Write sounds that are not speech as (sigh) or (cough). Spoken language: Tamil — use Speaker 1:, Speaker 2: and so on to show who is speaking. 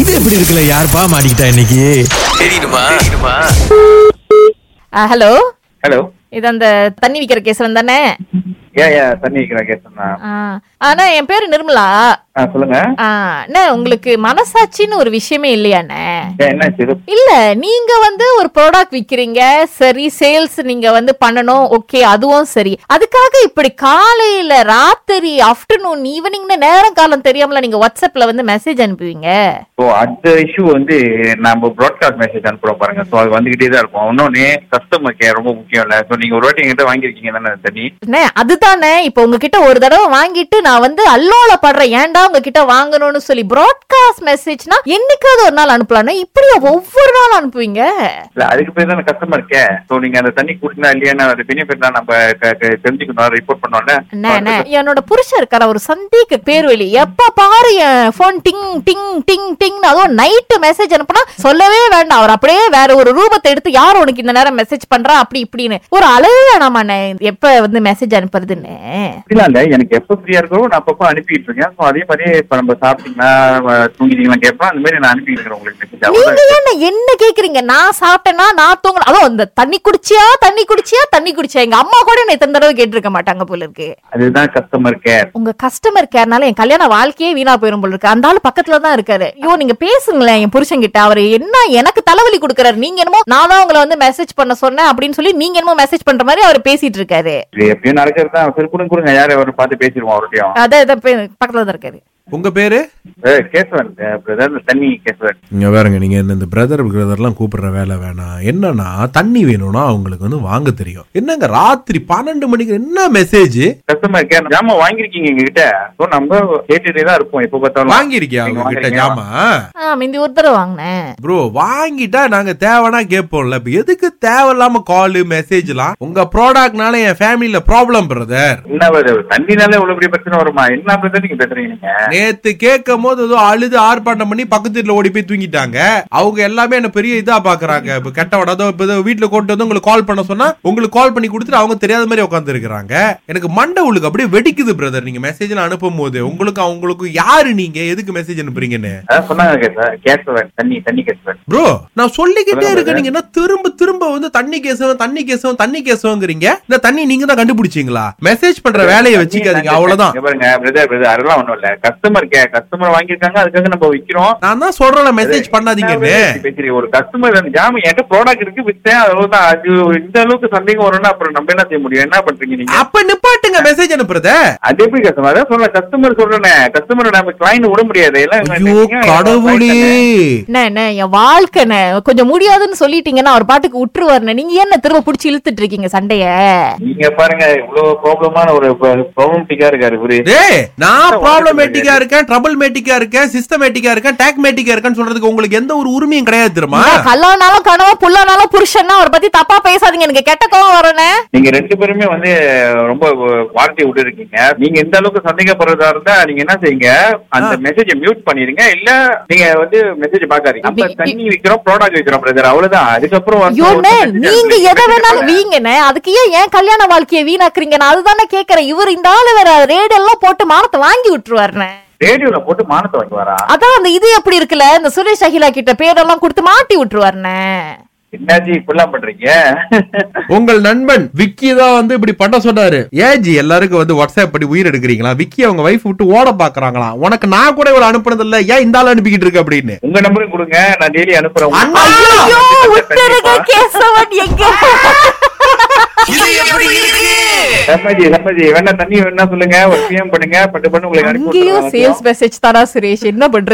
Speaker 1: இது எப்படி இருக்குல்ல யாருப்பா மாட்டிக்கிட்டா இன்னைக்கு
Speaker 2: ஹலோ
Speaker 3: ஹலோ
Speaker 2: இது அந்த தண்ணி விக்கிற கேசவன் தானே
Speaker 3: ஏன் ஏன் தண்ணி வைக்கிற கேசன் தான்
Speaker 2: ஆ. ஆனா என் பேரு நிர்மலா
Speaker 3: ஆ சொல்லுங்க
Speaker 2: ஆ, அண்ணே உங்களுக்கு மனசாட்சின்னு ஒரு விஷயமே இல்லையாண்ணே
Speaker 3: ஏன் என்ன இது
Speaker 2: இல்ல நீங்க வந்து ஒரு ப்ராடக்ட் விக்கிறீங்க சரி சேல்ஸ் நீங்க வந்து பண்ணணும் ஓகே அதுவும் சரி அதுக்காக இப்படி காலையில ராத்திரி ஆஃப்டர்நூன் ஈவினிங்னு நேரம் காலம் தெரியாமல நீங்க வாட்ஸ்அப்ல வந்து மெசேஜ் அனுப்புவீங்க
Speaker 3: ஓ அந்த இஷ்யூ வந்து நம்ம ப்ராட்காஸ்ட் மெசேஜ் அனுப்புறோம் பாருங்க ஸோ அது வந்துகிட்டே தான் இருக்கும் இன்னொன்னு கஸ்டமர் கேர் ரொம்ப முக்கியம் இல்ல ஸோ நீங்க ஒரு வாட்டி எங்கிட்ட வாங்கியிருக்கீங்க தானே அந்த தண்ணி
Speaker 2: அண்ணே, அதுதானே இப்ப உங்ககிட்ட ஒரு தடவை வாங்கிட்டு நான் வந்து அல்லோல படுறேன் ஏன்டா உங்ககிட்ட வாங்கணும்னு சொல்லி ப்ராட்காஸ்ட் மெசேஜ்னா என்னைக்காவது ஒரு நாள் அனுப்பலாம்னா இப்படியா ஒவ்வொரு நாள் அனுப்புவீங்க
Speaker 3: இல்ல அதுக்கு பேர் தான் கஸ்டமர் கேர் ஸோ நீங்க அந்த தண்ணி குடிச்சா இல்லையான்னு அது பெனிஃபிட் தான் நம்ம க- க- தெரிஞ்சுக்கணும் ரிப்போர்ட் பண்ணோம்ல
Speaker 2: அண்ணே, அண்ணே, என்னோட புருஷன் இருக்கார ஒரு சந்தேக பேர் வெளி எப்ப பாரு என் போன் டிங் டிங் டிங் டிங் அதுவும் நைட்டு மெசேஜ் அனுப்புனா சொல்லவே வேண்டாம் அவர் அப்படியே வேற ஒரு ரூபத்தை எடுத்து யார் உனக்கு இந்த நேரம் மெசேஜ் பண்றா அப்படி இப்படின்னு ஒரு அளவு வேணாமா அண்ணே, எப்ப வந்து மெசேஜ் அனுப்புறதுன்னு
Speaker 3: இல்ல இல்ல எனக்கு எப்போ ஃப்ரீயா இருக்கோ நான் அப்பப்போ அனுப்பிட்டு இருக்கேன் ஸோ அதே மாதிரி இப்ப நம்ம சாப்பிட்டீங்களா தூங்கிட்டீங்களா கேட்பேன் அந்த மாதிரி நான் அனுப்பிட்டு இருக்கிறேன் உங்களுக்கு message.
Speaker 2: நீங்க
Speaker 3: அவ்வளவுதான்.
Speaker 2: ஏன் என்ன கேக்குறீங்க நான் சாப்பிட்டேன்னா நான் தூங்கல அதுவும் அந்த தண்ணி குடிச்சியா தண்ணி குடிச்சியா தண்ணி குடிச்சியா எங்க அம்மா கூட என்னை இத்தனை தடவை கேட்டிருக்க மாட்டாங்க போல இருக்கு
Speaker 3: அதுதான் கஸ்டமர் கேர்
Speaker 2: உங்க கஸ்டமர் கேர்னால என் கல்யாண வாழ்க்கையே வீணா போயிரும் போல இருக்கு அந்த ஆளு பக்கத்துல தான் இருக்காரு ஐயோ நீங்க பேசுங்களேன் என் புருஷன் கிட்ட அவர் என்ன எனக்கு தலைவலி கொடுக்கறாரு நீங்க என்னமோ நான் தான் உங்களை வந்து மெசேஜ் பண்ண சொன்னேன் அப்படின்னு சொல்லி நீங்க என்னமோ மெசேஜ் பண்ற மாதிரி அவர் பேசிட்டு இருக்காரு
Speaker 3: இது எப்பயும் நடக்கிறது தான் சரி கொடுங்க கொடுங்க யாரும் அவரை பார்த்து பேசிடுவோம் அவர்கிட்டயும்
Speaker 2: அதான் இதான் பே- பக்கத்துல தான் இருக்காரு
Speaker 4: உங்க பேரு
Speaker 3: ஏய், கேசவன் பிரதர் தண்ணி கேசவன்
Speaker 4: இங்க பாருங்க நீங்க என்ன இந்த பிரதர் பிரதர்லாம் கூப்பிடுற வேலை வேணாம் என்னன்னா தண்ணி வேணும்னா அவங்களுக்கு வந்து வாங்க தெரியும் என்னங்க ராத்திரி பன்னெண்டு மணிக்கு என்ன மெசேஜ்
Speaker 3: கஸ்டமர் கேர் ஜாமா வாங்கிருக்கீங்க எங்ககிட்ட ஸோ நம்ம கேட்டுட்டே தான் இருப்போம் எப்போ பார்த்தாலும்
Speaker 4: வாங்கியிருக்கியா
Speaker 3: நீங்க
Speaker 4: அவங்க கிட்ட
Speaker 3: வாங்குறீங்களா?
Speaker 4: ஜாமா
Speaker 2: ஆஹ் மிந்தி ஒரு தடவை வாங்கினேன்
Speaker 4: ப்ரோ வாங்கிட்டா நாங்க தேவைன்னா கேட்போம்ல இப்ப எதுக்கு தேவையில்லாம கால் மெசேஜ்லாம் உங்க ப்ராடக்ட்னால என் ஃபேமிலில ப்ராப்ளம் பிரதர்
Speaker 3: என்ன வருது தண்ணினால இவ்வளவு பெரிய பிரச்சனை வருமா என்ன பிரச்சனை நீங்க பேசுறீங்க நீங்க
Speaker 4: நேத்து கேட்கும் போது ஏதோ அழுது ஆர்ப்பாட்டம் பண்ணி பக்கத்து வீட்டுல ஓடி போய் தூங்கிட்டாங்க அவங்க எல்லாமே என்ன பெரிய இதா பாக்குறாங்க இப்ப கெட்டவட அதோ இப்ப ஏதோ வீட்டுல கூட்டு வந்து உங்களுக்கு கால் பண்ண சொன்னா உங்களுக்கு கால் பண்ணி கொடுத்துட்டு அவங்க தெரியாத மாதிரி உட்கார்ந்து இருக்காங்க எனக்கு மண்டை உங்களுக்கு அப்படியே வெடிக்குது பிரதர் நீங்க மெசேஜ்ல அனுப்பும் போது உங்களுக்கு அவங்களுக்கு யாரு நீங்க எதுக்கு மெசேஜ் அனுப்புறீங்கன்னு
Speaker 3: அதான் சொன்னாங்க கேசவன் கேசவன் தண்ணி தண்ணி கேசவன்
Speaker 4: ப்ரோ நான் சொல்லிக்கிட்டே இருக்கேன் நீங்க என்ன திரும்ப திரும்ப வந்து தண்ணி கேசவன் தண்ணி கேசவன் தண்ணி கேசவங்கிறீங்க இந்த தண்ணி நீங்க தான் கண்டுபிடிச்சீங்களா மெசேஜ் பண்ற வேலையை வச்சுக்காதீங்க அவ்வளவுதான்
Speaker 3: இங்க பாருங்க பிரதர் பிரதர் அதெல்லாம் ஒண்ணும் இல்ல கஸ்டமர் கேர் கஸ்டமர் வாங்கியிருக்காங்க அதுக்காக நம்ம விக்கிறோம்
Speaker 4: நான் தான் சொல்றேன் மெசேஜ் பண்ணாதீங்கன்னு
Speaker 3: என்ன பேசுறீங்க? ஒரு கஸ்டமர் ஜாம என்கிட்ட ப்ராடக்ட் இருக்கு வித்தேன் அவ்வளவுதான் அது இந்த அளவுக்கு சந்தேகம் வரும்னா அப்புறம் நம்ம என்ன செய்ய முடியும் என்ன பண்றீங்க நீங்க
Speaker 4: அப்ப நிப்பாட்டுங்க மெசேஜ் அனுப்புறத
Speaker 3: அது எப்படி கஸ்டமர் அதான் சொல்ல கஸ்டமர் சொல்றேன் கஸ்டமர் நம்ம கிளைண்ட் விட முடியாது எல்லாம் இவங்க நினைக்கிறீங்க, எல்லாம் client தானே.
Speaker 2: என்ன என்ன என் வாழ்க்கைண்ணே கொஞ்சம் முடியாதுன்னு சொல்லிட்டீங்கன்னா அவர் பாட்டுக்கு விட்டுருவாருண்ணே நீங்க என்ன திரும்ப புடிச்சு இழுத்துட்டு இருக்கீங்க சண்டைய
Speaker 3: நீங்க பாருங்க இவ்வளவு ப்ராப்ளமான ஒரு ப்ராப்ளம்டிக்கா இருக்காரு இவரு
Speaker 4: டேய் நான் ப்ராப்ளமேட்டிக்கா இருக்கேன் ட்ரபிள் மேட்டிக்கா இருக்கேன் சிஸ்டமேட்டிக்கா இருக்கேன் டேக்மேட்டிக்கா இருக்கேன்னு சொல்றதுக்கு உங்களுக்கு எந்த ஒரு உரிமையும் கிடையாது தெரியுமா
Speaker 2: கல்லானாலும் கனவா புல்லானாலும் புருஷன்னா அவரை பத்தி தப்பா பேசாதீங்க எனக்கு கெட்ட கோவம் வரணும்
Speaker 3: நீங்க ரெண்டு பேருமே வந்து ரொம்ப வார்த்தையை விட்டு இருக்கீங்க நீங்க இந்த அளவுக்கு சந்தேகப்படுறதா இருந்தா நீங்க என்ன செய்யுங்க அந்த மெசேஜை மியூட் பண்ணிருங்க இல்ல நீங்க வந்து மெசேஜ் பாக்காதீங்க அப்ப
Speaker 2: அப்படி-
Speaker 3: தண்ணி விக்கிறோம் ப்ராடக்ட் விக்கிறோம் பிரதர் அவ்வளவுதான் அதுக்கப்புறம் வந்து
Speaker 2: ஐயோ
Speaker 3: ஒரு
Speaker 2: அண்ணே,
Speaker 3: message
Speaker 2: நீங்க
Speaker 3: அனுப்பி-
Speaker 2: எதை வேணாலும் வீங்கண்ணே அதுக்கு ஏன் ஏன் கல்யாண வாழ்க்கையை வீணாக்குறீங்க நான் அதுதானே கேக்குறேன் இவர் இந்த ஆளு வேற ரேடெல்லாம் போட்டு மானத்தை வாங்கி விட்டுருவாருண்ணே
Speaker 3: ரேடியோல போட்டு மானத்தை வாங்கி வரா
Speaker 2: அதான் அந்த இது எப்படி இருக்குல்ல இந்த சுரேஷ் அகிலா கிட்ட பேரெல்லாம் கொடுத்து மாட்டி விட்டுருவாருண்ணே
Speaker 3: என்னாச்சு இப்படிலாம் பண்றீங்க (laughs)
Speaker 4: உங்கள் நண்பன் விக்கி தான் வந்து இப்படி பண்ண சொன்னாரு ஏஜி எல்லாருக்கும் வந்து வாட்ஸ்அப் பண்ணி உயிர் எடுக்கிறீங்களா விக்கி அவங்க வைஃப் விட்டு ஓட பாக்குறாங்களா உனக்கு நான் கூட இவ்வளவு அனுப்புனது இல்ல ஏன் இந்த ஆள் அனுப்பிக்கிட்டு இருக்கு அப்படின்னு
Speaker 3: உங்க நம்பரும் கொடுங்க நான் டெய்லி அனுப்புறேன்
Speaker 4: அண்ணா!
Speaker 2: ஐயோ விட்டுருங்க
Speaker 3: கண்டிப்பா.
Speaker 2: கேசவன் எங்க
Speaker 3: சம்மதி சம்மதி வேணா தண்ணி வேணா சொல்லுங்க ஒரு பிஎம் பண்ணுங்க பட்டு பண்ணு உங்களுக்கு அனுப்பி
Speaker 2: அங்கேயும்
Speaker 3: விட்டுறேன்.
Speaker 2: சேல்ஸ் மெசேஜ் தானா சுரேஷ் என்ன பண்றது